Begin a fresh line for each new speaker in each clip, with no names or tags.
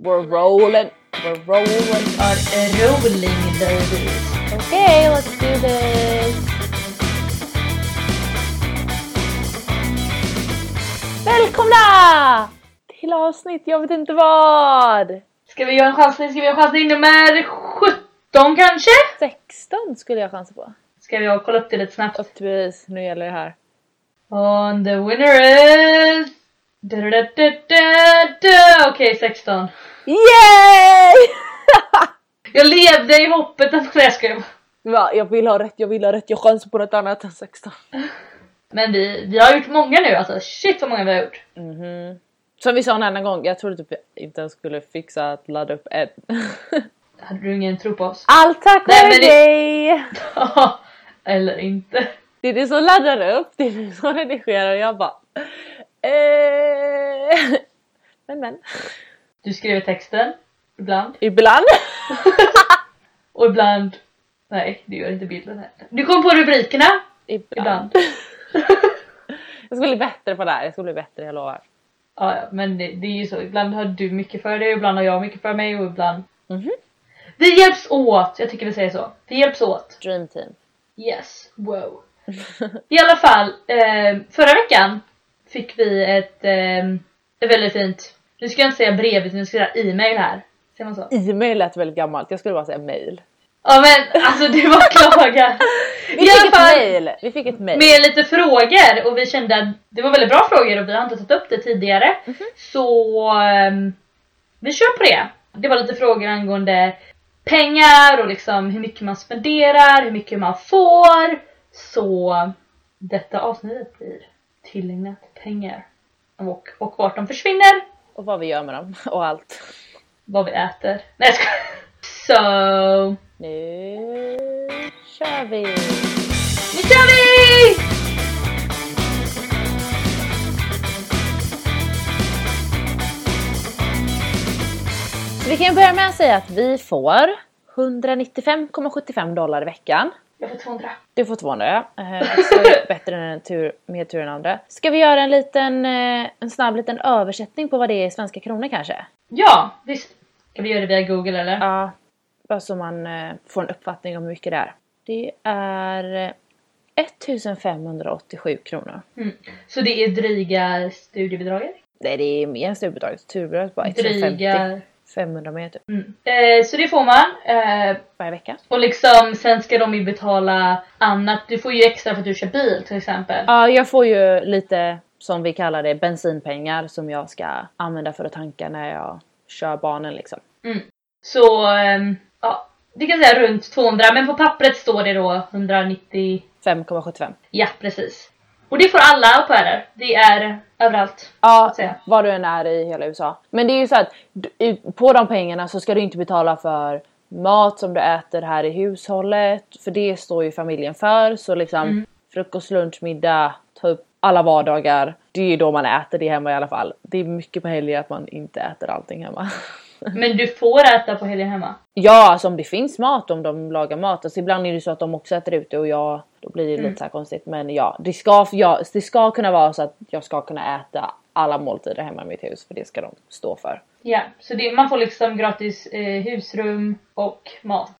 We're rolling. We're rolling.
Are rolling ladies.
Okay, let's do this. Välkomna till avsnitt jag vet inte vad.
Ska vi göra en chansning? Ska vi göra en chansning nummer 17 kanske?
16 skulle jag chansa på.
Ska vi kolla upp det lite snabbt?
Upp till bevis, nu gäller det här.
And the winner is... Da-da-da-da-da. Okej, 16.
Yay!
Jag levde i hoppet att... Nej, jag skojar bara.
Va, jag vill ha rätt, jag vill ha rätt, jag chansar på något annat än 16.
Men vi, vi har gjort många nu alltså. Shit vad många vi har gjort.
Mhm. Som vi sa en annan gång, jag trodde typ jag inte ens skulle fixa att ladda upp en.
Hade du ingen tro på oss?
Allt tack
Nej,
vare
men det-
dig!
Eller inte.
Det är du som laddar upp, det är du som redigerar och jag bara... Eh... Men men.
Du skriver texten. Ibland.
Ibland.
Och ibland... Nej, du gör inte bilden heller. Du kom på rubrikerna. Ibland.
Jag skulle bli bättre på det här, jag skulle bli bättre, jag lovar.
Ja, ja, men det, det är ju så. Ibland har du mycket för dig, ibland har jag mycket för mig och ibland...
Mhm.
Vi hjälps åt! Jag tycker vi säger så. Vi hjälps åt.
Dream team.
Yes, wow. I alla fall, eh, förra veckan fick vi ett, eh, ett väldigt fint... Nu ska jag inte säga brev, utan jag ska säga e-mail här. Ser man så?
E-mail lät väldigt gammalt, jag skulle bara säga mail.
Ja men alltså det var klagan.
Vi
I
fick
alla
ett
fall
mail! Vi fick ett mail.
med lite frågor och vi kände att det var väldigt bra frågor och vi har inte tagit upp det tidigare. Så ehm, vi kör på det. Det var lite frågor angående pengar och liksom hur mycket man spenderar, hur mycket man får. Så detta avsnittet blir tillägnat pengar. Och, och vart de försvinner,
Och vad vi gör med dem och allt.
vad vi äter. Nej jag skojar. Så
Nu kör vi!
nu kör vi!
Vi kan börja med att säga att vi får 195,75 dollar i veckan.
Jag får 200.
Du får 200 ja. Eh, alltså är bättre än en tur, mer tur än andra. Ska vi göra en liten, eh, en snabb liten översättning på vad det är i svenska kronor kanske?
Ja, visst. Ska vi göra det via google eller?
Ja. Bara så man eh, får en uppfattning om hur mycket det är. Det är eh, 1587 kronor.
Mm. Så det är dryga studiebidraget?
Nej det är mer än studiebidraget. Studiebidraget bara 150.
Dryga...
500 mer typ.
Mm. Eh, så det får man. Eh,
Varje vecka.
och liksom sen ska de ju betala annat. Du får ju extra för att du kör bil till exempel.
Ja, jag får ju lite som vi kallar det bensinpengar som jag ska använda för att tanka när jag kör barnen liksom.
Så ehm, ja, vi kan säga runt 200 men på pappret står det då 190.
5,75.
Ja precis. Och det får alla au pairer. Det är överallt.
Ja,
säga.
var du än är i hela USA. Men det är ju så att du- i- på de pengarna så ska du inte betala för mat som du äter här i hushållet. För det står ju familjen för. Så liksom frukost, lunch, middag, typ alla vardagar. Det är ju då man äter det hemma i alla fall. Det är mycket på helger att man inte äter allting hemma.
Men du får äta på helgen hemma.
Ja, alltså om det finns mat, om de lagar mat. Alltså ibland är det ju så att de också äter ute och jag, då blir det
Mm.
lite så här konstigt. Men ja det, ska, ja, det ska kunna vara så att jag ska kunna äta alla måltider hemma i mitt hus för det ska de stå för.
Ja, så det, man får liksom gratis eh, husrum och mat.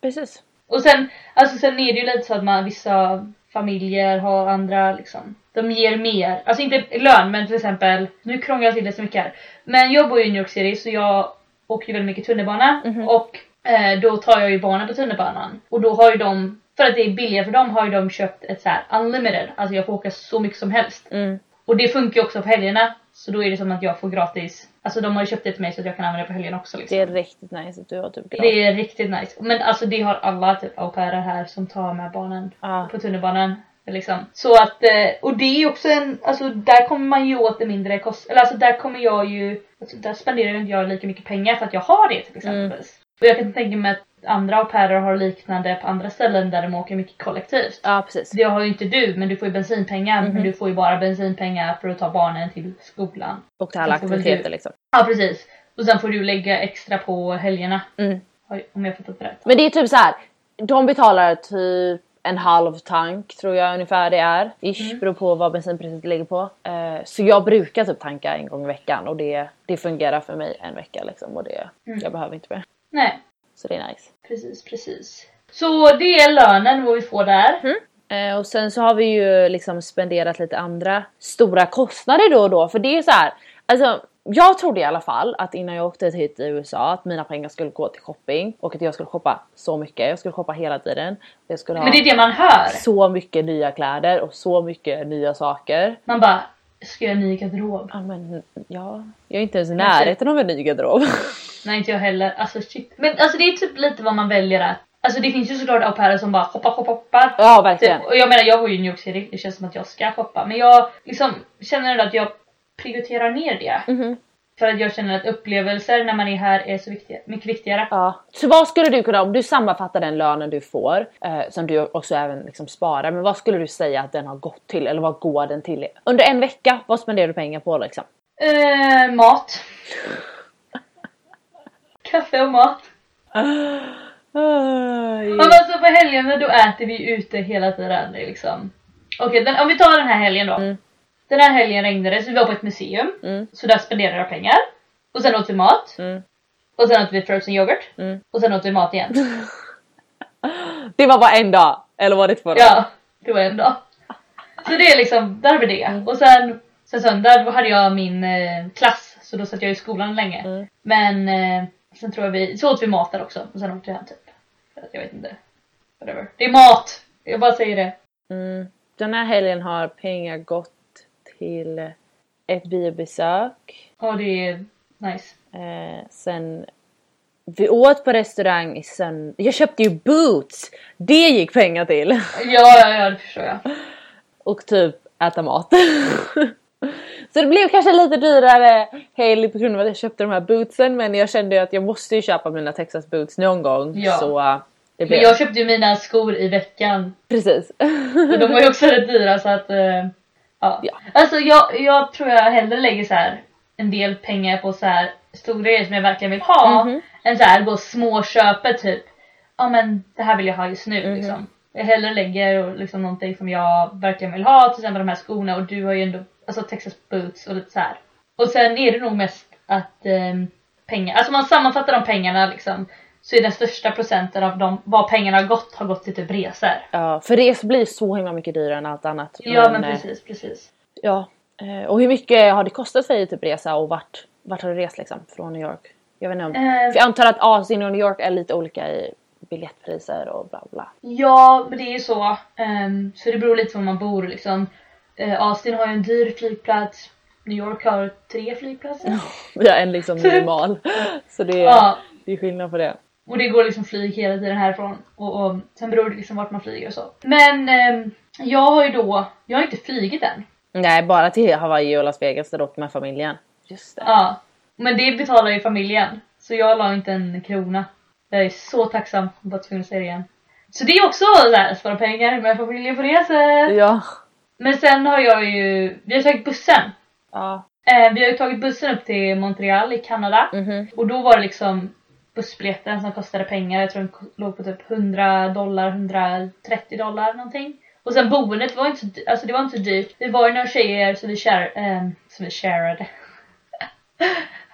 Precis.
Och sen, alltså sen är det ju lite så att man, vissa familjer har andra liksom. De ger mer, alltså inte lön men till exempel, nu krånglar jag till det så mycket här. Men jag bor ju i New York City så jag åker ju väldigt mycket tunnelbana och eh, då tar jag ju barnen på tunnelbanan. Och då har ju de, för att det är billigare för dem, har ju de köpt ett så här unlimited, alltså jag får åka så mycket som helst.
Mm.
Och det funkar ju också på helgerna så då är det som att jag får gratis, alltså de har ju köpt det till mig så att jag kan använda det på helgerna också liksom.
Det är riktigt nice att du har typ glad.
Det är riktigt nice. Men alltså det har alla typ au pairer här som tar med barnen
Ja.
på tunnelbanan. Liksom. Så att, eh, och det är ju också en, alltså där kommer man ju åt det mindre kost, eller alltså där kommer jag ju, alltså, där spenderar ju inte jag lika mycket pengar för att jag har det till
Mm.
exempel. Och jag kan tänka mig att andra au pairer har liknande på andra ställen där de åker mycket kollektivt.
Ja Mhm. precis.
Det har ju inte du, men du får ju bensinpengar, men du får ju bara bensinpengar för att ta barnen till skolan.
Och till alla
Sen får väl
aktiviteter
du-
liksom.
Ja precis. Och sen får du lägga extra på helgerna.
Mm.
Oj, Om jag fattat rätt.
Men det är typ så här. de betalar typ en halv tank tror jag ungefär det är. Ish,
Mm.
beror på vad bensinpriset ligger på. Eh, så jag brukar typ tanka en gång i veckan och det, det fungerar för mig en vecka liksom och det,
Mm.
jag behöver inte mer.
Nej,
Så det är nice.
precis, precis. Så det är lönen, vad vi får där.
Eh, och sen så har vi ju liksom spenderat lite andra stora kostnader då och då. För det är ju så här, alltså jag trodde i alla fall att innan jag åkte hit till USA att mina pengar skulle gå till shopping och att jag skulle shoppa så mycket. Jag skulle shoppa hela tiden. Jag skulle ha
Men det är det man hör.
så mycket nya kläder och så mycket nya saker.
Man bara, ska jag ha ny garderob?
Ja, men ja, jag är inte ens i närheten av en ny garderob.
Nej inte jag heller, alltså shit. Men alltså det är typ lite vad man väljer att Alltså det finns ju såklart au pairer som bara hoppar, hoppar, hoppar.
ja, verkligen.
Typ, och jag menar jag bor ju i New York City, det känns som att jag ska shoppa. Men jag liksom känner ändå att jag prioriterar ner det.
Mhm.
För att jag känner att upplevelser när man är här är så viktiga, mycket viktigare.
Ja. Så vad skulle du kunna, om du sammanfattar den lönen du får, eh, som du också även liksom sparar, men vad skulle du säga att den har gått till? Eller vad går den till? Under en vecka, vad spenderar du pengar på liksom?
Eh, mat. Kaffe och mat.
Mm.
Men alltså på helgerna då äter vi ute hela tiden. det är Liksom. Okej, den- om vi tar den här helgen då. Den här helgen regnade det, så vi var på ett museum.
Mm.
Så där spenderade jag pengar. Och sen åt vi mat.
Mm.
Och sen åt vi frozen yoghurt.
Mm.
Och sen åt vi mat igen.
Det var bara en dag, eller var det två dagar?
Ja, det var en dag. Så det är liksom, där var det.
Mm.
Och sen, sen söndag då hade jag min eh, klass, så då satt jag i skolan länge.
Mm.
Men eh, sen tror jag vi, så åt vi mat där också och sen åkte jag hem typ. För att Jag vet inte. Whatever. Det är mat! Jag bara säger det.
Mm. Den här helgen har pengar gått till ett biobesök,
Och det är nice.
Eh, sen vi åt på restaurang i söndag. Jag köpte ju boots! Det gick pengar till!
Ja, ja, ja, det förstår jag.
Och typ äta mat. Så det blev kanske lite dyrare helg på grund av att jag köpte de här bootsen men jag kände ju att jag måste ju köpa mina Texas boots någon gång.
Ja.
Så eh, det blev
Men jag köpte ju mina skor i veckan.
precis.
Och de var ju också rätt dyra så att... eh, ja.
Ja.
Alltså jag, jag tror jag hellre lägger så här en del pengar på så här stora grejer som jag verkligen vill ha.
Mhm.
Än så här gå småköpet typ. Ja men det här vill jag ha just nu liksom. Jag hellre lägger liksom någonting som jag verkligen vill ha. Till exempel de här skorna och du har ju ändå alltså Texas boots och lite så här. Och sen är det nog mest att ehm, pengar, alltså om man sammanfattar de pengarna liksom. Så är den största procenten av de, vad pengarna har gått, har gått till typ resor.
Ja, för resor blir så himla mycket dyrare än allt annat.
Ja men
eh,
precis, precis.
Ja. Eh, Och hur mycket har det kostat för dig typ resa och vart, vart har du rest liksom från New York? Jag vet inte om...
Eh,
För jag antar att Asien och New York är lite olika i biljettpriser och bla bla.
Ja, men det är ju så. Ehm, så det beror lite på var man bor liksom. Eh, Austin har ju en dyr flygplats. New York har tre flygplatser.
Vi har en liksom minimal. Så det är,
Ja,
det är skillnad på det.
och det går liksom flyg hela tiden härifrån. Och, och sen beror det liksom vart man flyger och så. Men ehm, jag har ju då, jag har inte flygit än.
Nej, bara till Hawaii och Las Vegas där du åkte med familjen. Just det.
Ja, men det betalar ju familjen. Så jag la inte en krona. Jag är så tacksam, jag var tvungen att säga det igen. Så det är också såhär, spara pengar med familjen på resor.
Ja.
Men sen har jag ju, vi har tagit bussen.
Ja.
Eh, vi har ju tagit bussen upp till Montreal i Kanada
Mhm.
och då var det liksom bussbiljetten som kostade pengar. Jag tror den ko- låg på typ 100 dollar, 130 dollar någonting. Och sen boendet var inte så, dy- alltså det var inte så dyrt. Vi var ju några tjejer som vi share, eh, som vi sharade.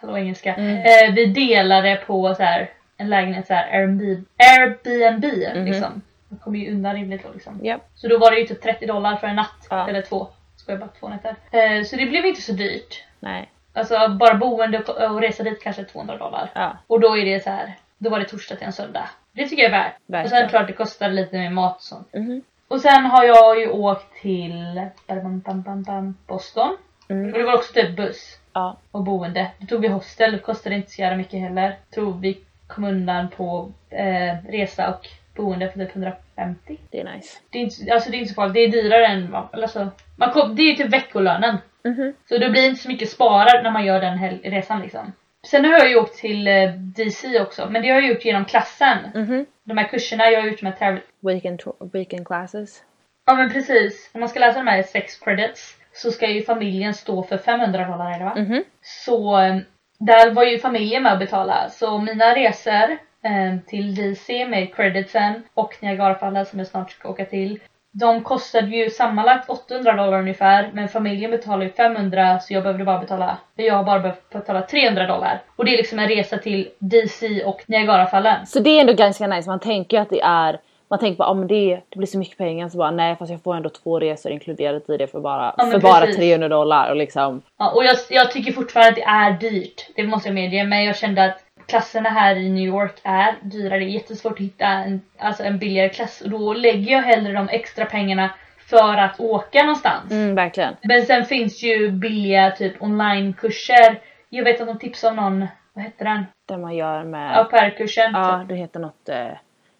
Hallå engelska. Eh, vi delade på så här en lägenhet så här Airbnb, Airbnb liksom. Man kommer ju undan rimligt då liksom.
Japp.
Så då var det ju typ 30 dollar för en natt.
Ja.
Eller två. Skojar bara, två nätter. Eh, så det blev inte så dyrt.
Nej.
Alltså bara boende och och resa dit kanske 200 dollar.
Ja.
Och då är det så här. då var det torsdag till en söndag. Det tycker jag är värt. Och
Verkligen.
sen klart det kostar lite med mat och sånt.
Mhm.
Och sen har jag ju åkt till bam, bam, bam, bam, Boston.
Mm.
Och det var också typ buss
Ja.
och boende. Då tog vi hostel, det kostade inte så jävla mycket heller. Tror vi kom undan på eh, resa och boende för typ 150.
Det är nice.
Det är inte, alltså det är inte så farligt, det är dyrare än vad- eller alltså, man kom, Det är ju typ veckolönen.
Mhm.
Så det blir inte så mycket sparat när man gör den hel- resan liksom. Sen har jag ju åkt till eh, DC också, men det har jag gjort genom klassen.
Mhm.
De här kurserna jag har gjort, de här täv-
Weekend, to- weekend classes.
Ja men precis, om man ska läsa de här sex credits så ska ju familjen stå för 500 dollar eller va?
Mhm.
Så eh, där var ju familjen med och betala. Så mina resor eh, till DC med creditsen och Niagarafallen som jag snart ska åka till. De kostade ju sammanlagt 800 dollar ungefär men familjen betalade ju 500 så jag behövde bara betala, jag har bara behövt betala 300 dollar. Och det är liksom en resa till DC och Niagarafallen.
Så det är ändå ganska nice, man tänker ju att det är man tänker bara ah, men det, det blir så mycket pengar så bara nej fast jag får ändå två resor inkluderat i det för bara,
Ja, men
för bara
precis.
300 dollar och liksom
Ja, och jag, jag tycker fortfarande att det är dyrt, det måste jag medge, men jag kände att klasserna här i New York är dyrare. Det är jättesvårt att hitta en, alltså en billigare klass och då lägger jag hellre de extra pengarna för att åka någonstans.
mm, verkligen.
Men sen finns ju billiga typ onlinekurser. Jag vet att de tipsade om någon, vad hette den?
Det man gör med
Au pair-kursen.
Ja, det heter något... Eh,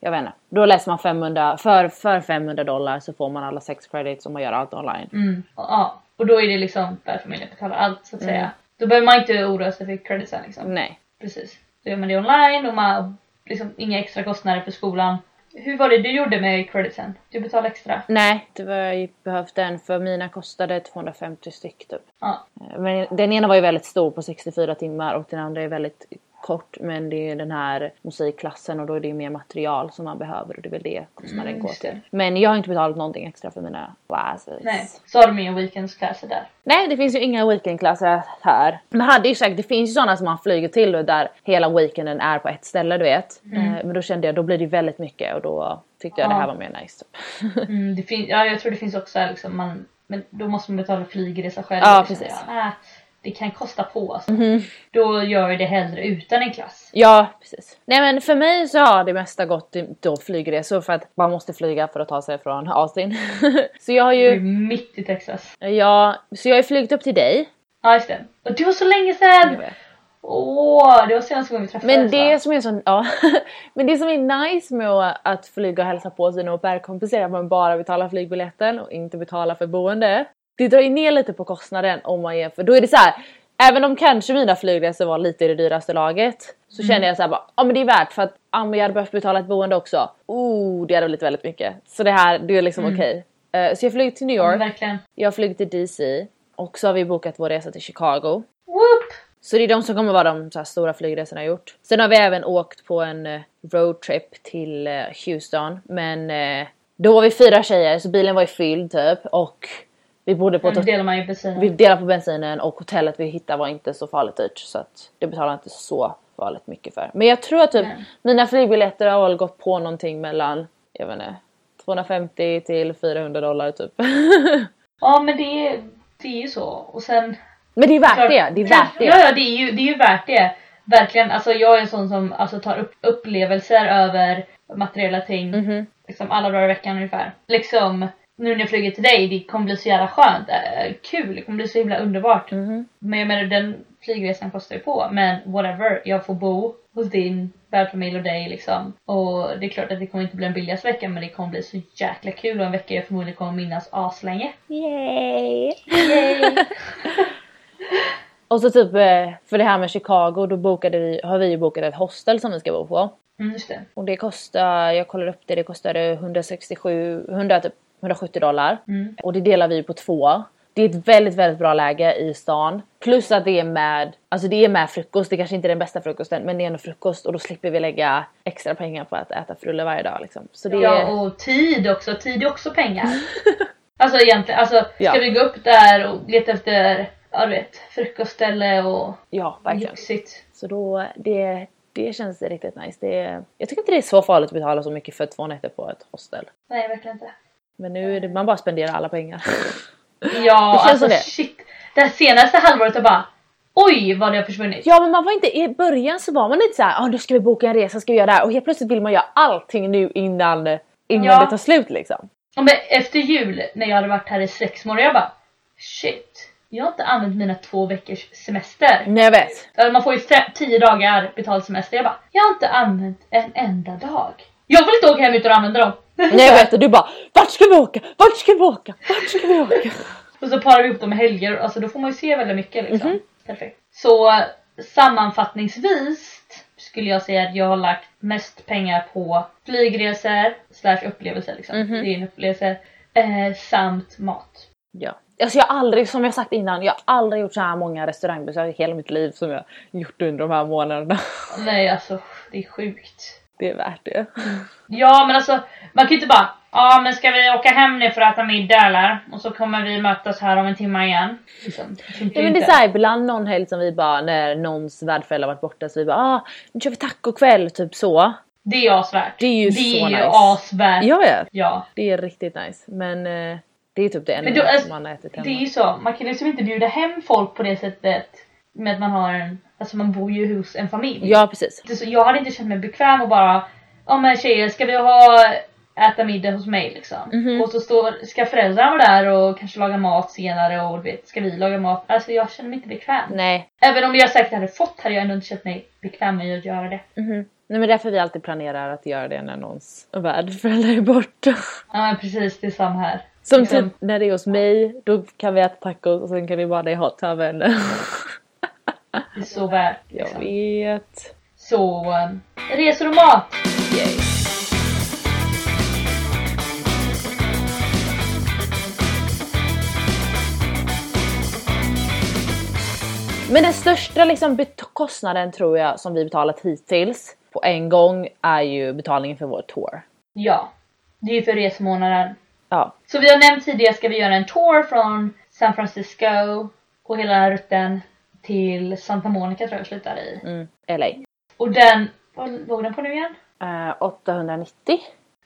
jag vet inte. Då läser man 500, för, för 500 dollar så får man alla sex credits om man gör allt online.
Mm, och- ja, och då är det liksom där familjen betalar allt så att
Mm.
säga. Då behöver man inte oroa sig för creditsen liksom.
Nej.
Precis. Då gör man det online och man liksom inga extra kostnader för skolan. Hur var det du gjorde med creditsen? Du betalade extra?
Nej, det var, jag behövt den för mina kostade 250 styck typ.
Ja.
Eh, Men den ena var ju väldigt stor på 64 timmar och den andra är väldigt kort men det är ju den här musikklassen och då är det ju mer material som man behöver och det är väl det kostnaden
Mm,
går
just det.
till. Men jag har inte betalat någonting extra för mina classes.
Nej. Så har de inga weekendsklasser där.
Nej, det finns ju inga weekendklasser här. Man hade ju säkert, det finns ju sådana som man flyger till och där hela weekenden är på ett ställe du vet. Eh, Men då kände jag, då blir det ju väldigt mycket och då tyckte jag det här
Ja.
var mer nice. Typ.
Mm, det fin- ja, jag tror det finns också här liksom man, men då måste man betala flygresa själv.
Ja,
Det känner
precis. Mhm.
jag, ah, det kan kosta på alltså. Då gör vi det hellre utan en klass.
ja, precis. Nej men för mig så har det mesta gått till då flygresor för att man måste flyga för att ta sig från Austin. så jag har
Du är
ju,
mitt i Texas.
ja, så jag har ju flugit upp till dig.
Ja just det. Och det var så länge sedan! Åh, det var senaste gången vi träffades
Men
va?
det, som är så, ja. Men det som är nice med att flyga och hälsa på sina au pair-kompisar är att man bara betalar flygbiljetten och inte betalar för boende. Det drar ju ner lite på kostnaden om man jämför. Då är det så här, även om kanske mina flygresor var lite i det dyraste laget så kände jag så här bara, ja men det är värt för att ja, men jag hade behövt betala ett boende också. Oh, det hade blivit väldigt mycket. Så det här, det är liksom okej. Eh, så jag flög till New
Ja, men
York,
Verkligen.
jag flög till DC och så har vi bokat vår resa till Chicago.
Whoop!
Så det är de som kommer vara de så här, stora flygresorna jag gjort. Sen har vi även åkt på en eh, roadtrip till eh, Houston. Men eh, då var vi fyra tjejer så bilen var ju fylld typ och vi bodde på ett
Då
hotell.
delar man ju bensin.
Vi delade på bensinen och hotellet vi hittade var inte så farligt dyrt så att det betalade jag inte så farligt mycket för. Men jag tror att typ
Nej.
mina flygbiljetter har väl gått på någonting mellan, jag vet inte, 250 till 400 dollar typ.
Ja men det är, det är ju så. Och sen...
Men det är värt det, det är värt
Ja,
det.
ja det, är ju, det är ju värt det. Verkligen. Alltså jag är en sån som alltså, tar upp upplevelser över materiella ting.
Mhm.
Liksom alla dagar i veckan ungefär. Liksom nu när jag flyger till dig, det kommer bli så jävla skönt. eh, kul, det kommer bli så himla underbart.
Mhm.
Men jag menar den flygresan kostar ju på. Men whatever, jag får bo hos din värdfamilj och dig liksom. Och det är klart att det kommer inte bli den billigaste veckan men det kommer bli så jäkla kul och en vecka jag förmodligen kommer minnas aslänge.
Yay!
Yay!
Och så typ eh, för det här med Chicago då bokade vi, har vi ju bokat ett hostel som vi ska bo på.
Mm, just det.
Och det kostar, jag kollade upp det, det kostade 167, 100, typ 170 dollar.
Mm.
Och det delar vi ju på två. Det är ett väldigt, väldigt bra läge i stan. Plus att det är med, alltså det är med frukost, det kanske inte är den bästa frukosten men det är ändå frukost och då slipper vi lägga extra pengar på att äta frulle varje dag liksom. Så det
Ja
är,
och tid också, tid är också pengar. alltså egentligen, alltså ska
Ja.
vi gå upp där och leta efter ja, du vet, frukostställe och
ja verkligen.
lyxigt.
Så då, det, det känns riktigt nice. Det, jag tycker inte det är så farligt att betala så mycket för två nätter på ett hostel.
Nej verkligen inte.
Men nu är det, man bara spenderar alla pengar.
Ja
Det känns
alltså
som det.
shit. Det här senaste halvåret har bara oj vad det har försvunnit.
ja men man var inte, i början så var man inte såhär, ah, nu ska vi boka en resa, ska vi göra det här? Och helt plötsligt vill man göra allting nu innan, innan
Ja.
det tar slut liksom.
Ja, Men efter jul när jag hade varit här i sex månader jag bara shit. Jag har inte använt mina två veckors semester.
Nej jag vet.
Eller Man får ju fem- tio dagar betald semester. Jag bara, jag har inte använt en enda dag. Jag vill inte åka hem utan att använda dem.
Nej jag vet och du bara, vart ska vi åka? Vart ska vi åka? Vart ska vi åka?
Och så parar vi ihop dem med helger, alltså då får man ju se väldigt mycket liksom.
Mhm.
Perfekt. Så eh, sammanfattningsvis skulle jag säga att jag har lagt mest pengar på flygresor slash upplevelser liksom.
Mhm.
Det är en upplevelse. Eh, samt mat.
ja. Alltså jag har aldrig, som jag sagt innan, jag har aldrig gjort så här många restaurangbesök i hela mitt liv som jag gjort under de här månaderna.
Nej alltså det är sjukt.
Det är värt det.
Ja men alltså, man kan ju inte bara Ja men ska vi åka hem nu för att äta middag eller? Och så kommer vi mötas här om en timme igen. Liksom. Det funkar
Ja, men
ju
det är
inte.
såhär ibland någon helg som vi bara när någons värdförälder har varit borta så vi bara ah, nu kör vi tacokväll typ så.
Det är asvärt.
Det är ju
det
så
är ju
nice.
asvärt.
Ja ja,
Ja.
det är riktigt nice men eh, det är typ det enda
Men då, alltså,
man har ätit hemma.
Det är ju så, man kan liksom inte bjuda hem folk på det sättet med att man har en, alltså man bor ju hos en familj.
Ja precis.
Det är så- Jag hade inte känt mig bekväm och bara, ja men tjejer ska vi ha äta middag hos mig liksom.
Mhm.
Och så står, ska föräldrarna vara där och kanske laga mat senare och du vet, ska vi laga mat? Alltså jag känner mig inte bekväm.
Nej.
Även om jag säkert hade fått hade jag ändå inte känt mig bekväm med att göra det.
Mhm. Nej men därför vi alltid planerar att göra det när någons värdförälder är borta.
Ja men precis, det är samma här.
Som
Liksom.
typ när det är hos mig, då kan vi äta tacos och sen kan vi bada i hot tub.
Det är så värt.
Jag
Liksom.
vet.
Så, um, resor och mat!
Yay. Men den största liksom bet- kostnaden tror jag som vi betalat hittills på en gång är ju betalningen för vår tour.
Ja, det är ju för resmånaden.
Ja,
Som vi har nämnt tidigare ska vi göra en tour från San Francisco och hela den här rutten till Santa Monica tror jag vi slutar i.
mm, LA.
Och den, vad låg den på nu igen?
Eh, 890.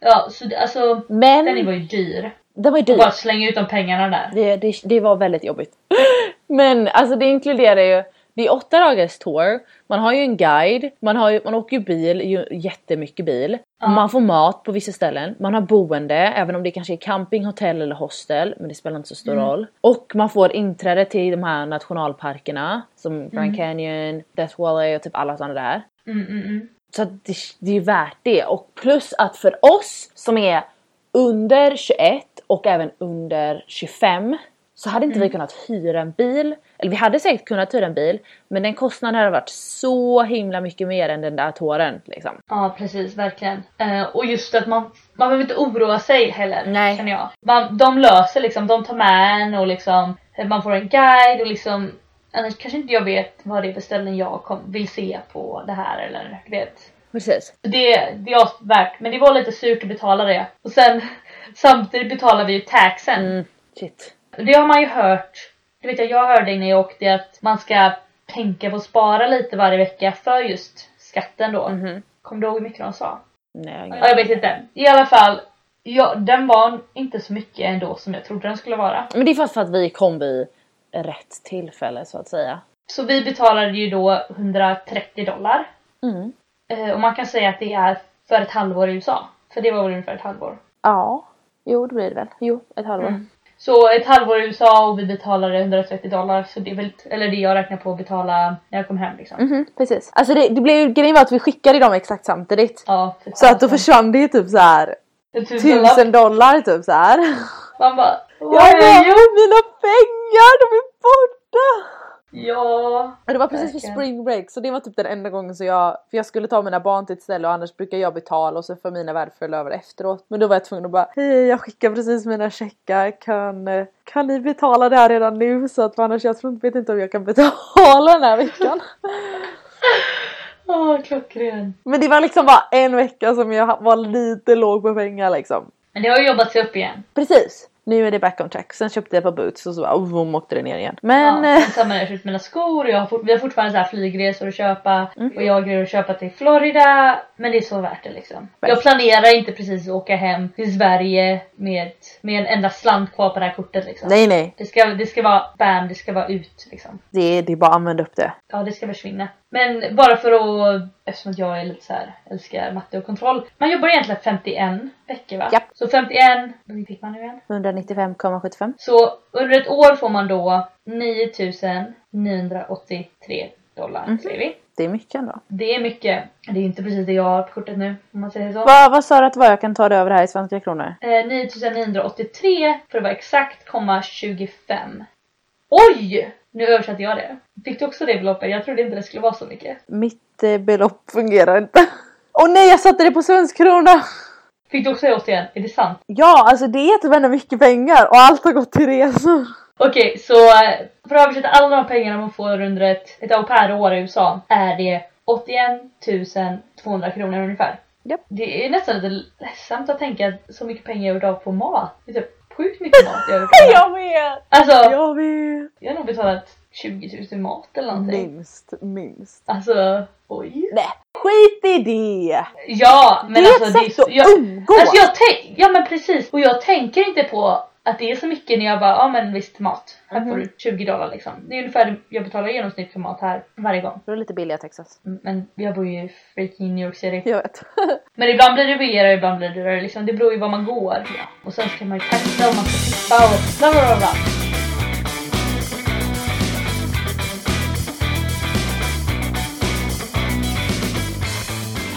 Ja, så det, alltså den var
Men
ju dyr.
den var ju
Och
dyr.
bara slänga ut de pengarna där.
Det, det, det var väldigt jobbigt. Men alltså det inkluderar ju, det är åtta dagars tour, man har ju en guide, man, har ju, man åker ju bil, ju jättemycket bil.
Ja.
Man får mat på vissa ställen, man har boende, även om det kanske är camping, hotell eller hostel, men det spelar inte så stor roll. Och man får inträde till de här nationalparkerna som Grand Canyon, Death Valley och typ alla sådana där.
Mm, mm, mm.
Så att det, det är värt det. Och plus att för oss som är under 21 och även under 25 så hade inte vi kunnat hyra en bil. Eller vi hade säkert kunnat hyra en bil men den kostnaden hade varit så himla mycket mer än den där tåren. Liksom.
Ja precis, verkligen. Eh, och just att man, man behöver inte oroa sig heller
Nej.
känner jag. Man, de löser liksom, de tar med en och liksom eh, man får en guide och liksom annars kanske inte jag vet vad det är för ställen jag kom, vill se på det här eller du vet.
Precis.
Det, det är värt, men det var lite surt att betala det. Och sen samtidigt betalar vi ju taxen.
Mm. Shit.
Det har man ju hört. Det vet jag, jag hörde innan jag åkte att man ska tänka på att spara lite varje vecka för just skatten då.
Mhm.
Kommer du ihåg hur mycket de sa?
Nej, jag har ingen
Ja, jag vet inte. I alla fall, ja, den var inte så mycket ändå som jag trodde den skulle vara.
Men det är fast för att vi kom vid rätt tillfälle så att säga.
Så vi betalade ju då 130 dollar.
Mm.
Eh, Och man kan säga att det är för ett halvår i USA. För det var väl ungefär ett halvår.
Ja. Jo det blir det väl. Jo, ett halvår.
Så ett halvår i USA och vi betalade 130 dollar. Så det är väl, eller det jag räknar på att betala när jag kom hem liksom.
Mhm, precis. Alltså det, det blev, grejen var att vi skickade dem exakt samtidigt.
Ja, för
Så att då
fan.
försvann det ju typ så här
En tusenlapp.
tusen dollar typ så här.
Man bara Vad
Jag
har jag
bara,
gjort?
mina pengar, de är borta!
Ja.
Och det var precis vid
Verkligen.
spring break så det var typ den enda gången som jag, för jag skulle ta mina barn till ett ställe och annars brukar jag betala och så får mina värdföräldrar över efteråt. Men då var jag tvungen att bara, hej jag skickar precis mina checkar, kan, eh, kan ni betala det här redan nu? Så att för annars jag tror inte, vet inte om jag kan betala den här veckan.
Åh, klockren.
Men det var liksom bara en vecka som jag var lite låg på pengar liksom.
Men det har ju jobbat sig upp igen.
Precis! Nu är det back on track. Sen köpte jag ett par boots och så bara, oh, boom, åkte det ner igen. Men
ja,
eh,
sen samlar jag ut mina skor och jag har fort, vi har fortfarande så här flygresor att köpa
Mm.
och jag har grejer att köpa till Florida. Men det är så värt det liksom. Jag planerar inte precis att åka hem till Sverige med, med en enda slant kvar på det här kortet liksom.
nej nej,
Det ska, det ska vara bam, det ska vara ut liksom.
det är, det är bara att använda upp det.
Ja, det ska försvinna. Men bara för att, eftersom att jag är lite så här, älskar matte och kontroll. Man jobbar egentligen 51 veckor va?
Japp.
Så 51, hur mycket fick man nu igen?
195,75.
Så under ett år får man då 9983 dollar säger vi.
Det är mycket ändå.
Det är mycket. Det är inte precis det jag har på kortet nu om man säger så.
Vad, vad sa du att det var jag kan ta det över här i svenska kronor?
Eh, 9983 för att vara exakt, komma 25. Oj! Nu översatte jag det. Fick du också det beloppet? Jag trodde inte det skulle vara så mycket.
Mitt eh, belopp fungerar inte. Åh nej jag satte det på svensk krona!
Fick du också det återigen? Är det sant?
Ja alltså det är typ ändå mycket pengar och allt har gått till resor.
Okej, så eh, för att översätta alla de pengarna man får under ett, ett au pair-år i USA är det 81 200 kronor ungefär.
Japp.
Det är nästan lite ledsamt att tänka att så mycket pengar jag gjort av på mat. Det är typ sjukt mycket mat jag har gjort av.
Jag vet!
Alltså,
Jag vet!
jag har nog betalat 20 000 i mat eller någonting.
Minst, minst.
Alltså, oj.
Nej, skit i det!
Ja, men
det är
alltså
ett sätt
det är,
att
jag,
umgås!
Alltså jag tänk, ja men precis. Och jag tänker inte på att det är så mycket när jag bara, ja men visst mat. Här får du 20 dollar liksom. Det är ungefär det jag betalar i genomsnitt för mat här varje gång. Mm,
Det är lite billiga Texas.
Men jag bor ju i freaking New York City.
Jag vet.
Men ibland blir det billigare och ibland blir det dyrare liksom. Det beror ju var man går. Och sen ska man ju testa och man ska tippa och bla bla bla. bla.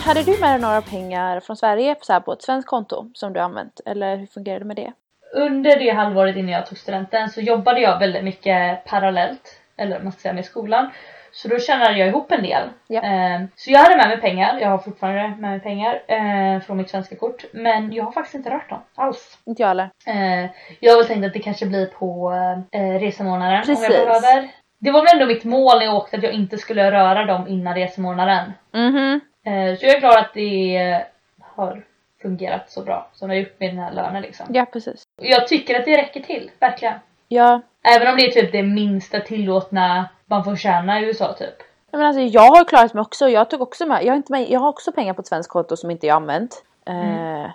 Hade du med dig några pengar från Sverige på, så här, på ett svenskt konto som du har använt? Eller hur fungerar det med det?
Under det halvåret innan jag tog studenten så jobbade jag väldigt mycket parallellt, eller man ska säga med skolan. Så då tjänade jag ihop en del.
Ja.
Eh, Så jag hade med mig pengar, jag har fortfarande med mig pengar eh, från mitt svenska kort. Men jag har faktiskt inte rört dem alls.
Inte jag heller.
Eh, Jag har väl tänkt att det kanske blir på eh, resemånaden
Precis.
om jag behöver. Det var väl ändå mitt mål när jag åkte att jag inte skulle röra dem innan resemånaden.
Mhm.
Eh, Så jag är glad att det har fungerat så bra som det har gjort med den här lönen liksom.
Ja, precis.
Jag tycker att det räcker till, verkligen.
Ja.
Även om det är typ det minsta tillåtna man får tjäna i USA typ.
Nej, men alltså, jag har klarat mig också. Jag, tog också med, jag, har inte med, jag har också pengar på ett svenskt konto som inte jag har använt. Eh,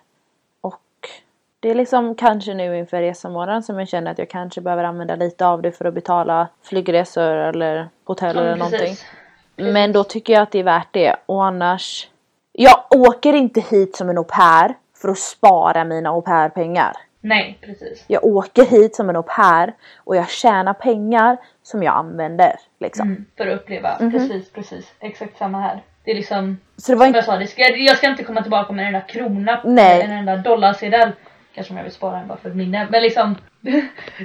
och det är liksom kanske nu inför resemånaden som jag känner att jag kanske behöver använda lite av det för att betala flygresor eller hotell eller någonting. Men då tycker jag att det är värt det. Och annars... Jag åker inte hit som en au pair för att spara mina au pair-pengar.
Nej, precis.
Jag åker hit som en au pair och jag tjänar pengar som jag använder. Liksom.
Mm, för att uppleva.
Mhm.
Precis, precis. Exakt samma här. Det är liksom,
Så det var
som jag
inte...
sa, det ska, jag ska inte komma tillbaka med en enda krona,
Nej.
en enda dollarsedel. Kanske om jag vill spara en bara för ett minne. Men liksom,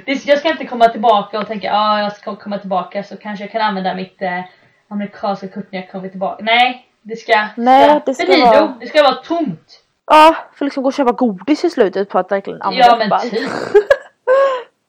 det, jag ska inte komma tillbaka och tänka ja, ah, jag ska komma tillbaka så kanske jag kan använda mitt eh, amerikanska kort när jag kommer tillbaka. Nej, det ska...
Nej, det ska
Benito,
vara-
det ska vara tomt.
Ja, för liksom gå och köpa godis i slutet på att verkligen använda
Ja men
allt.
typ.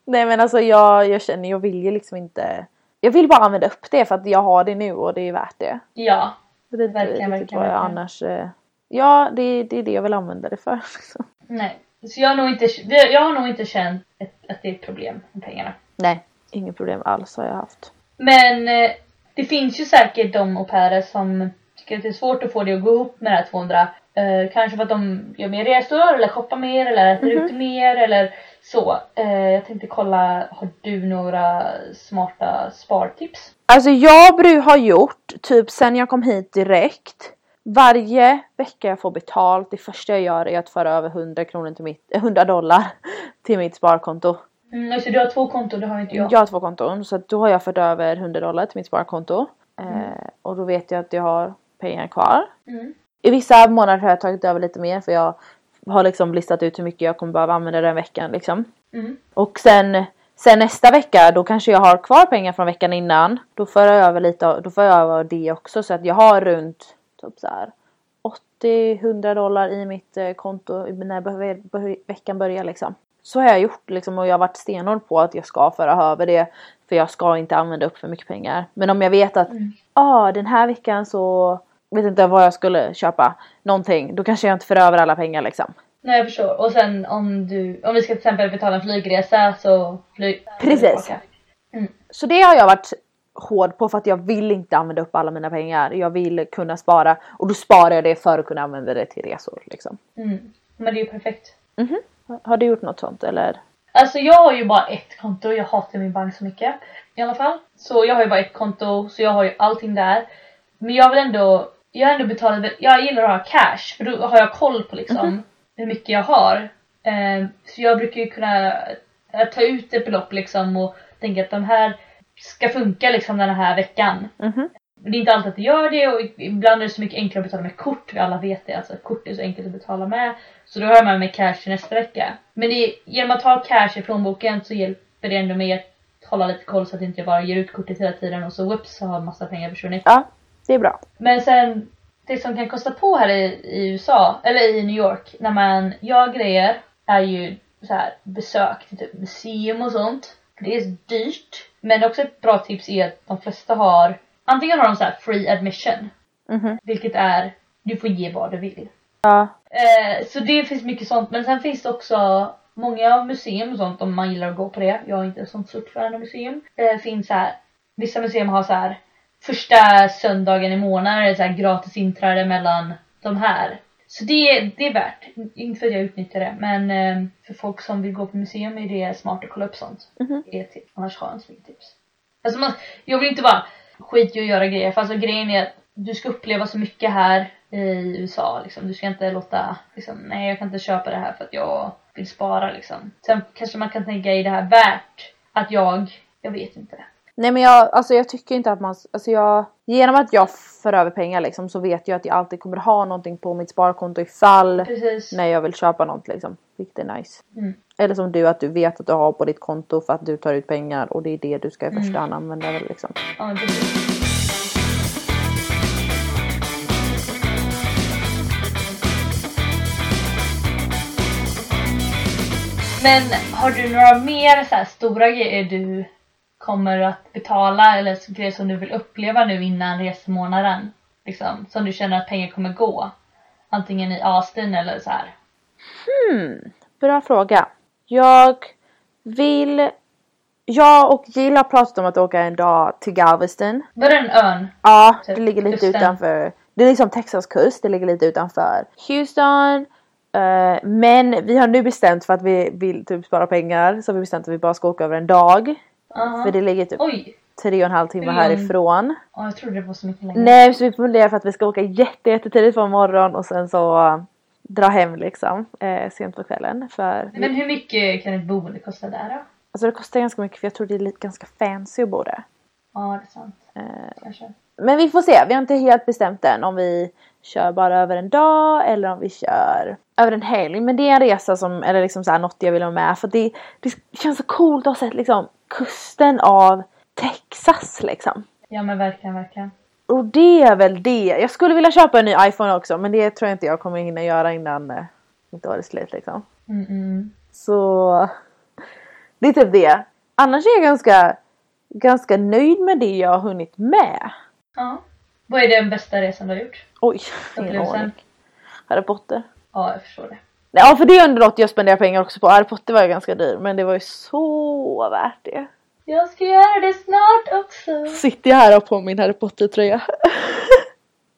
Nej men alltså jag, jag känner, jag vill ju liksom inte... Jag vill bara använda upp det för att jag har det nu och det är värt det.
Ja.
För Det är
Verkligen,
inte riktigt
verkligen,
vad jag
verkligen.
annars... eh, Ja, det, det är det jag vill använda det för. Liksom.
Nej. Så jag har nog inte, det- jag har nog inte känt ett, att det är ett problem med pengarna.
Nej, inget problem alls har jag haft.
Men eh, det finns ju säkert de au pairer som tycker att det är svårt att få det att gå ihop med det här 200. Eh, kanske för att de gör mer resor eller shoppar mer eller äter ute mer eller så. Eh, jag tänkte kolla, har du några smarta spartips?
Alltså jag bru har gjort, typ sen jag kom hit direkt, varje vecka jag får betalt, det första jag gör är att föra över 100, kronor till mitt, eh, 100 dollar till mitt sparkonto.
Mm, alltså du har två konton, det har inte jag.
Jag har två konton så att då har jag fört över 100 dollar till mitt sparkonto. Eh, och då vet jag att jag har pengar kvar.
Mm.
I vissa månader har jag tagit över lite mer för jag har liksom listat ut hur mycket jag kommer behöva använda den veckan liksom.
Mm.
Och sen, sen nästa vecka, då kanske jag har kvar pengar från veckan innan. Då för jag över lite av, då för jag över det också så att jag har runt typ så här 80-100 dollar i mitt eh, konto när bör- bör- veckan börjar liksom. Så har jag gjort liksom och jag har varit stenhård på att jag ska föra över det. För jag ska inte använda upp för mycket pengar. Men om jag vet att ah, den här veckan så vet inte vad jag skulle köpa någonting. Då kanske jag inte för över alla pengar liksom.
Nej jag förstår. Och sen om du, om vi ska till exempel betala en flygresa så flyg...
Precis.
tillbaka.
Så det har jag varit hård på för att jag vill inte använda upp alla mina pengar. Jag vill kunna spara och då sparar jag det för att kunna använda det till resor. Liksom.
Mm. Men det är ju perfekt.
Mhm. Har du gjort något sånt eller?
Alltså jag har ju bara ett konto, jag hatar min bank så mycket. I alla fall. Så jag har ju bara ett konto, så jag har ju allting där. Men jag vill ändå, jag har ändå betalat, väl- jag gillar att ha cash för då har jag koll på liksom hur mycket jag har. Eh, så jag brukar ju kunna eh, ta ut ett belopp liksom och tänka att de här ska funka liksom den här veckan.
Mhm.
Men det är inte alltid att det gör det och ibland är det så mycket enklare att betala med kort. Vi alla vet det. Alltså kort är så enkelt att betala med. Så då har man med cash till nästa vecka. Men det, genom att ha cash i plånboken så hjälper det ändå mig att hålla lite koll så att jag inte bara ger ut kortet hela tiden och så whoops så har massa pengar försvunnit.
Ja, det är bra.
Men sen det som kan kosta på här i, i USA, eller i New York, när man gör grejer är ju så här besök till typ museum och sånt. Det är dyrt. Men också ett bra tips är att de flesta har antingen har de så här free admission
Mhm.
Vilket är, du får ge vad du vill.
Ja.
Eh, så det finns mycket sånt. Men sen finns det också många museum och sånt om man gillar att gå på det. Jag är inte ett sånt stort fan av museum. Det finns så här, vissa museum har så här första söndagen i månaden är det så här gratis inträde mellan de här. Så det, det är värt. Inte för att jag utnyttjar det men eh, för folk som vill gå på museum är det smart att kolla upp sånt.
Mhm.
Det är ett tips. Annars har jag inte så mycket tips. Alltså man, jag vill inte bara skit i att göra grejer. För alltså grejen är att du ska uppleva så mycket här i USA. Liksom. Du ska inte låta, liksom, nej jag kan inte köpa det här för att jag vill spara liksom. Sen kanske man kan tänka, är det här värt att jag, jag vet inte.
Nej men jag, alltså jag tycker inte att man, alltså jag, genom att jag för över pengar liksom så vet jag att jag alltid kommer ha någonting på mitt sparkonto ifall
Precis.
när jag vill köpa något liksom. Vilket är nice.
Mm.
Eller som du att du vet att du har på ditt konto för att du tar ut pengar och det är det du ska i första hand använda väl liksom.
Ja, men precis. Men har du några mer så här stora grejer du kommer att betala eller så- grejer som du vill uppleva nu innan resemånaden? Liksom, som du känner att pengar kommer gå? Antingen i Austin eller så här.
Bra fråga. Jag vill... Jag och Jill har pratat om att åka en dag till Galveston.
Var det en ön?
Ja,
Typ
det ligger lite
kusten.
utanför. Det är liksom Texas kust, det ligger lite utanför Houston. Eh, men vi har nu bestämt för att vi vill typ spara pengar så har vi bestämt att vi bara ska åka över en dag.
Aha.
För det ligger typ
Oj!
tre och en Mm. halv timme
Hur lång-
härifrån.
Ja, jag trodde det var så mycket längre.
Nej, så vi funderar för att vi ska åka jätte, jättetidigt på morgonen och sen så eh, dra hem liksom eh, sent på kvällen. För
Men hur mycket kan ett boende kosta där då?
Alltså det kostar ganska mycket för jag tror det är lite ganska fancy att bo där.
Ja, det är sant. Kanske.
Men vi får se, vi har inte helt bestämt än om vi kör bara över en dag eller om vi kör över en helg. Men det är en resa som, eller liksom så här, något jag vill ha med för det, det känns så coolt att ha sett liksom kusten av Texas liksom.
Ja men verkligen, verkligen.
Och det är väl det. Jag skulle vilja köpa en ny iPhone också men det tror jag inte jag kommer hinna göra innan eh, mitt år är slut liksom.
Mm, mm.
Så det är typ det. Annars är jag ganska, ganska nöjd med det jag har hunnit med.
Ja. Vad är den bästa resan du har gjort?
Oj, ingen
Upplevelsen?
aning. Harry Potter.
Ja, jag förstår det.
Nej, Ja, för det är ändå något jag spenderar pengar också på. Harry Potter var ju ganska dyr, men det var ju så värt det.
Jag ska göra det snart också.
Sitter jag här och på min Harry Potter-tröja.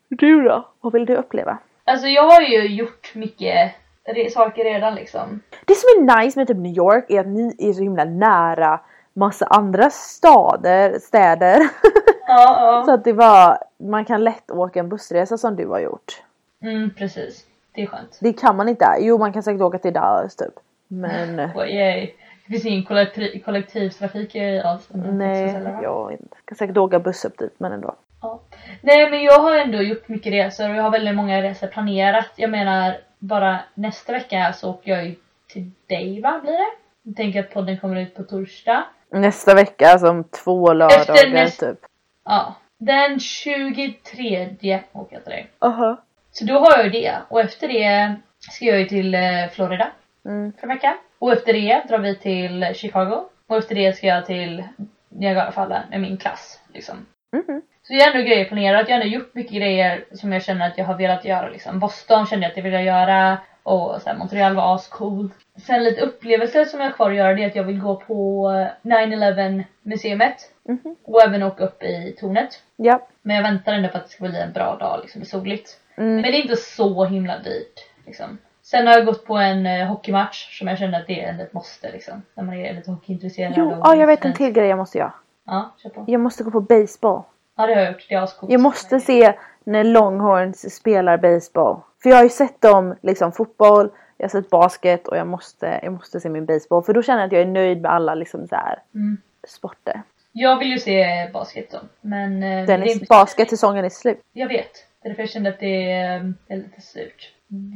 Du då? Vad vill du uppleva?
Alltså jag har ju gjort mycket re- saker redan liksom.
Det som är nice med typ New York är att ni är så himla nära massa andra stader, städer.
Ja,
Så att det var, man kan lätt åka en bussresa som du har gjort.
ja. Mm, precis. Det är skönt.
Det kan man inte. Jo, man kan säkert åka till Dallas typ. Men
Och yay. Det finns ingen kollektiv- kollektivtrafik i Alstom.
nej,
Texas, eller vad?
jag vet inte. kan säkert åka buss upp dit men ändå.
Ja. Nej men jag har ändå gjort mycket resor och jag har väldigt många resor planerat. Jag menar bara nästa vecka så åker jag ju till dig va, blir det? Jag tänker att podden kommer ut på torsdag.
Nästa vecka, alltså om två lördagar
Efter näst-
typ.
Ja. Den 23 åker jag till dig.
Aha.
Så då har jag ju det och efter det ska jag ju till eh, Florida
Mm.
för en vecka. Och efter det drar vi till Chicago. Och efter det ska jag till Niagarafallen med min klass liksom.
Mhm.
Så jag har ändå grejer planerat, jag har ändå gjort mycket grejer som jag känner att jag har velat göra liksom. Boston kände jag att jag ville göra och så här, Montreal var ascool. Sen lite upplevelser som jag har kvar att göra det är att jag vill gå på eh, 9-11 museet
Mhm.
och även åka upp i tornet.
Ja.
Men jag väntar ändå på att det ska bli en bra dag liksom, soligt.
Mm.
Men det är inte så himla dyrt. Liksom. Sen har jag gått på en eh, hockeymatch som jag kände att det är ett måste liksom. När man är lite hockeyintresserad.
Jo,
och
ja, jag vet en
svensk.
till grej jag måste göra.
Ja, kör på.
Jag måste gå på baseball.
Ja det har jag gjort, det är ascoolt.
Jag måste se när Longhorns spelar baseball. För jag har ju sett dem liksom fotboll, jag har sett basket och jag måste, jag måste se min baseball. För då känner jag att jag är nöjd med alla liksom så här
Mm.
sporter.
Jag vill ju se basket då. Men eh,
Den
det
är, basketsäsongen är slut.
Jag vet. Det är därför jag kände att det eh, är lite surt.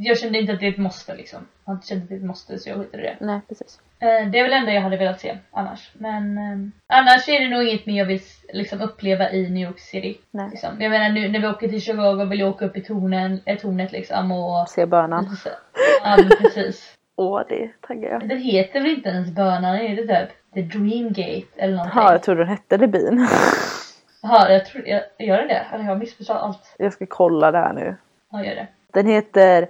Jag kände inte att det är ett måste liksom. Jag har inte känt att det är ett måste så jag skiter i det.
Nej precis.
Eh, Det är väl det enda jag hade velat se annars. Men eh, annars är det nog inget mer jag vill s- liksom, uppleva i New York City.
Nej.
Liksom. Jag menar nu när vi åker till Chicago vill jag åka upp i tornen, eh, tornet liksom och...
Se bönan.
Ja men precis.
Mm. Åh det taggar jag.
Men Den heter väl inte ens Bönan, är det typ The Dream Gate eller någonting?
Ja jag trodde den hette det byn.
Jaha, jag tror, jag, gör den det? Eller har jag missförstått allt?
Jag ska kolla det här nu.
Ja, gör det.
Den heter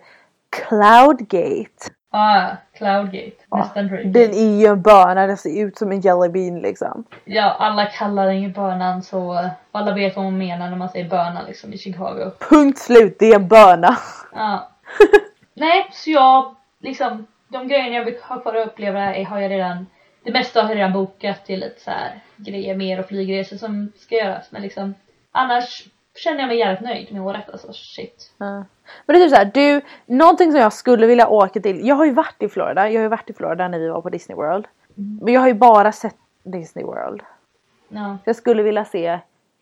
Cloudgate.
Ah, Cloudgate. Nästan Drake.
Den är ju en böna, den ser ut som en jelly bean liksom.
Ja, alla kallar den ju bönan så eh, alla vet vad man menar när man säger böna liksom i Chicago.
Punkt slut, det är en böna.
Ja. Nej, så jag liksom de grejerna jag vill ha kvar att uppleva är, har jag redan det mesta har jag redan bokat till lite så här grejer mer och flygresor som ska göras men liksom annars känner jag mig jävligt nöjd med året alltså shit.
Ja. Men det är typ såhär, du, någonting som jag skulle vilja åka till. Jag har ju varit i Florida, jag har ju varit i Florida när vi var på Disney World. Men jag har ju bara sett Disney World.
Ja.
Jag skulle vilja se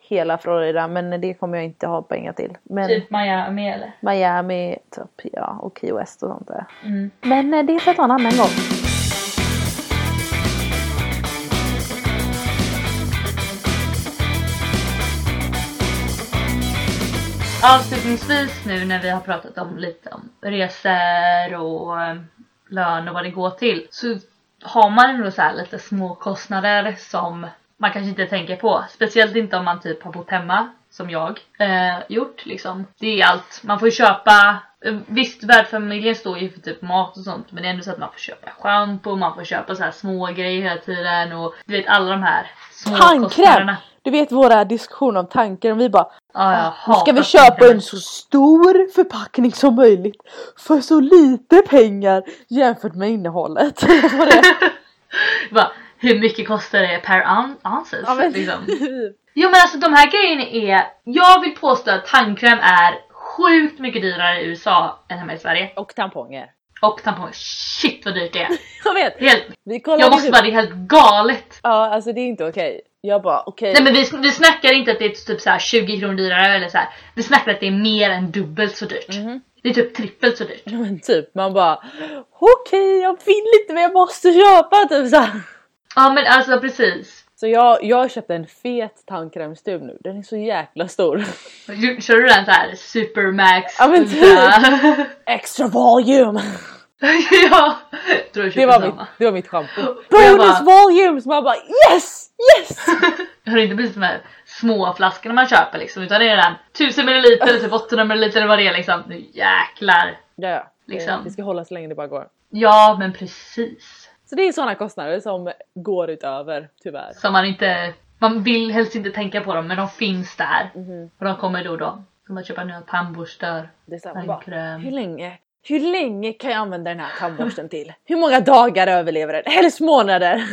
hela Florida men det kommer jag inte ha pengar till. Men
Typ Miami eller?
Miami typ, ja, och Key West och sånt där.
Mm.
Men eh, det får jag ta en annan gång.
Avslutningsvis nu när vi har pratat om lite om resor och eh, lön och vad det går till så har man ändå så här lite små kostnader som man kanske inte tänker på. Speciellt inte om man typ har bott hemma som jag eh, gjort liksom. Det är allt. Man får ju köpa eh, Visst värdfamiljen står ju för typ mat och sånt men det är ändå så att man får köpa schampo, man får köpa så här små grejer hela tiden och du vet alla de här små
Tandkräm!
kostnaderna.
Du vet våra diskussioner om tandkräm, vi bara
Ja, jag
Nu ska
hatar
vi köpa
tandkräm.
en så stor förpackning som möjligt för så lite pengar jämfört med innehållet. Vad det är.
typ Bara, hur mycket kostar det per an- ounces?
Ja, men-
liksom. Jo men alltså de här grejerna är, jag vill påstå att tandkräm är sjukt mycket dyrare i USA än hemma i Sverige.
Och tamponger.
Och tamponger, shit vad dyrt det är!
Jag vet!
Helt,
Vi kollade
jag måste
typ-
bara, det är helt galet!
Ja alltså det är inte okej. Jag bara okej.
Nej men vi, vi snackar inte att det är typ så här 20 kronor dyrare eller så här. vi snackar att det är mer än dubbelt så dyrt.
Mhm.
Det är typ trippelt så dyrt.
men typ man bara okej jag vill inte men jag måste köpa typ så här.
Ja men alltså precis.
Så jag, jag köpte en fet tandkrämstub nu, den är så jäkla stor.
Kör- Kör du den så här supermax?
Ja, men typ.
Ultra?
Extra volume!
ja! Jag tror jag
Det
köper
var
samma.
mitt, det var mitt schampo.
Jag
Bonus volume! Så man bara yes! Yes!
Jag har inte blivit de här små flaskorna man köper liksom utan det är den 1000 milliliter eller typ 800 milliliter eller vad det är liksom. Nu jäklar.
Ja, ja.
Liksom.
Eh, Det ska hålla så länge det bara går.
Ja men precis.
Så det är sådana kostnader som går utöver tyvärr.
Som man inte, man vill helst inte tänka på dem men de finns där.
Mhm.
Och de kommer då och då. Som att köpa nya tandborstar.
Det är så här, man bara, hur
Tandkräm.
länge, hur länge kan jag använda den här tandborsten till? Hur många dagar överlever den? Helst månader!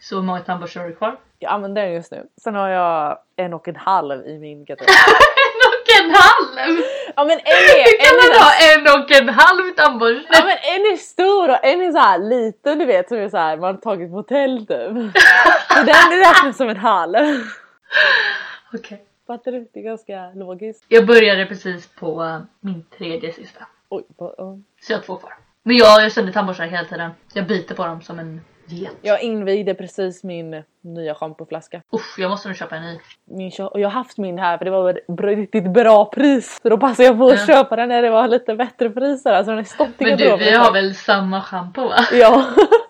Så många tandborstar har du kvar?
Jag använder den just nu. Sen har jag en och en halv i min garderob.
En och en halv!
Ja men en
Hur
är,
kan
en är,
man
så
ha
här-
en och en halv tandborste?
ja, men en är stor och en är så här liten du vet som är så här, man har tagit på hotell typ. Så den räknas som en halv.
Okej.
Fattar du? Det är ganska logiskt.
Jag började precis på eh, min tredje sista.
Oj, vad- ja.
Så jag har två kvar. Men jag, jag sönder tandborstar hela tiden. Jag biter på dem som en get.
Jag invigde precis min nya schampoflaska.
Usch, jag måste nog köpa en ny.
min kö- och jag har haft min här för det var ett br- riktigt bra pris. Så då passade jag på att
Ja.
köpa den när det var lite bättre priser. Alltså den har stått i
Men du,
garderoben
vi
ett
har
tag.
väl samma shampoo va?
Ja.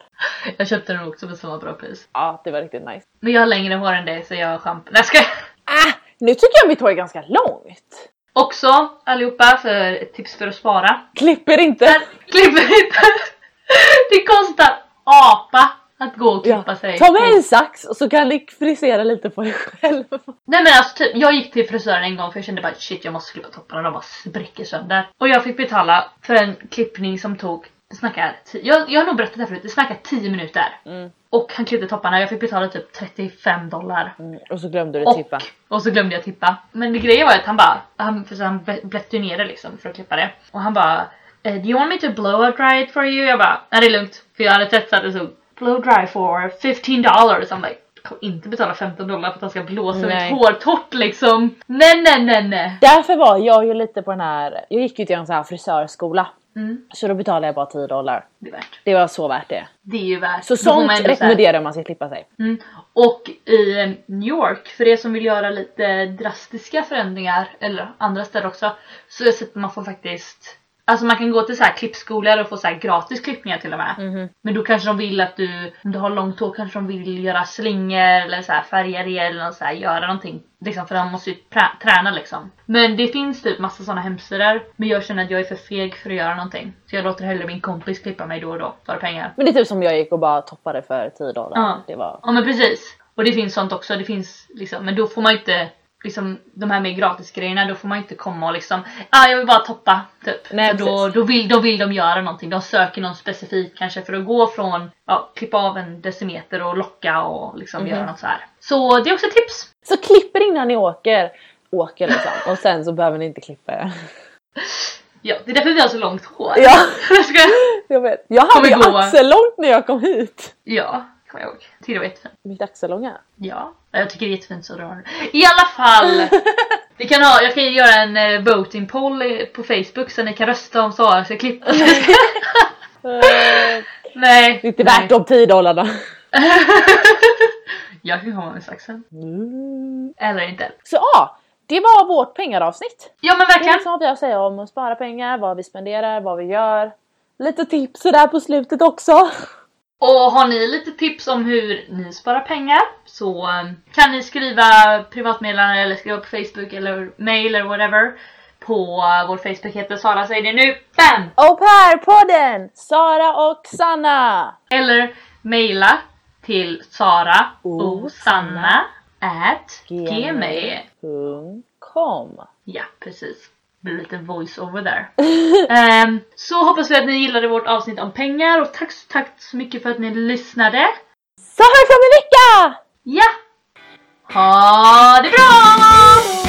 Jag köpte den också för samma bra pris.
ja, det var riktigt nice.
Men jag har längre hår än dig så jag har shampoo. Nej jag skojar!
Ah, nu tycker jag mitt hår är ganska långt.
Också allihopa för ett tips för att spara.
Klipper inte.
Men klipper inte! Det kostar apa att gå och klippa
Ja.
sig.
Ta med en sax och så kan du frisera lite på dig själv.
Nej men alltså typ, jag gick till frisören en gång för jag kände bara shit jag måste klippa topparna, de bara spricker sönder. Och jag fick betala för en klippning som tog, det snackar, ti- jag, jag har nog berättat det här förut, det snackar 10 minuter.
Mm.
Och han klippte topparna, jag fick betala typ 35 dollar.
Mm, Och så glömde du
Och,
tippa.
och så glömde jag tippa. Men det grejen var att han bara, han, för så han blä- blätte ju ner det liksom för att klippa det. Och han bara, eh, do you want me to blow dry it for you? Jag bara, nej det är lugnt. För jag hade testat det så, blow dry for 15 dollars. Han bara, jag kommer inte betala 15 dollar för att han ska blåsa
Nej.
mitt hår torrt liksom. Nej nej nej nej.
Därför var jag ju lite på den här, jag gick ju till en sån här frisörskola.
Mm,
Så då betalade jag bara 10 dollar.
det är värt.
Det var så värt det.
Det är ju värt.
Så
Då får man
sånt
ändå så här-
rekommenderar jag om man ska klippa sig.
Mm. Och i eh, New York, för er som vill göra lite drastiska förändringar, eller andra städer också, så är det så att man får faktiskt Alltså man kan gå till så här klippskolor och få så här gratis klippningar till och med. Men då kanske de vill att du, om du har långt hår kanske de vill göra slingor eller så här färga det eller något så här, göra någonting. Liksom, för de måste ju prä- träna liksom. Men det finns typ massa såna hemsidor. Men jag känner att jag är för feg för att göra någonting. Så jag låter hellre min kompis klippa mig då och då för pengar.
Men det är typ som jag gick och bara toppade för 10 dollar.
Ja.
Det var...
Ja men precis. Och det finns sånt också. Det finns liksom, men då får man ju inte liksom de här med gratisgrejerna, då får man ju inte komma och liksom ah, jag vill bara toppa typ.
Nej,
För då,
precis.
då, vill, då vill de göra någonting. De söker någon specifik kanske för att gå från ja, klippa av en decimeter och locka och liksom
Mhm.
göra något så här. Så det är också ett tips.
Så klipper innan ni åker. Åker liksom. Och sen så behöver ni inte klippa er.
Ja, det är därför vi har så långt hår.
Ja.
Jag skojar.
Jag vet. Jag hade
Kommer
ju
gå.
axellångt när jag kom hit.
ja, kommer jag ihåg. Jag Tyckte det var jättefint.
Mitt axellånga.
Ja, jag tycker det är jättefint så drar du. I alla fall! Vi kan ha, jag kan göra en eh, voting poll eh, på Facebook så ni kan rösta om Sara ska klippa
Eh,
Nej.
Det är inte
nej.
värt de 10 dollarna.
Jag kan komma med saxen.
Mm.
Eller inte.
Så ja, det var vårt pengaravsnitt.
Ja men
Det är
verkligen.
liksom vad vi har att säga om att spara pengar, vad vi spenderar, vad vi gör. Lite tips sådär på slutet också.
Och har ni lite tips om hur ni sparar pengar så eh, kan ni skriva privatmeddelande eller skriva på Facebook eller mail eller whatever. På eh, vår Facebook heter Sara säger det nu. Bam!
Au pair-podden! Sara och Sanna!
Eller mejla till Sara
O.
och Sanna at
Gmail.
gmail.
.com.
Ja, precis. Det blir lite voice-over där. Ehm, så hoppas vi att ni gillade vårt avsnitt om pengar och tack, tack så mycket för att ni lyssnade.
Så hörs om en vecka!
Ja! Ha det bra!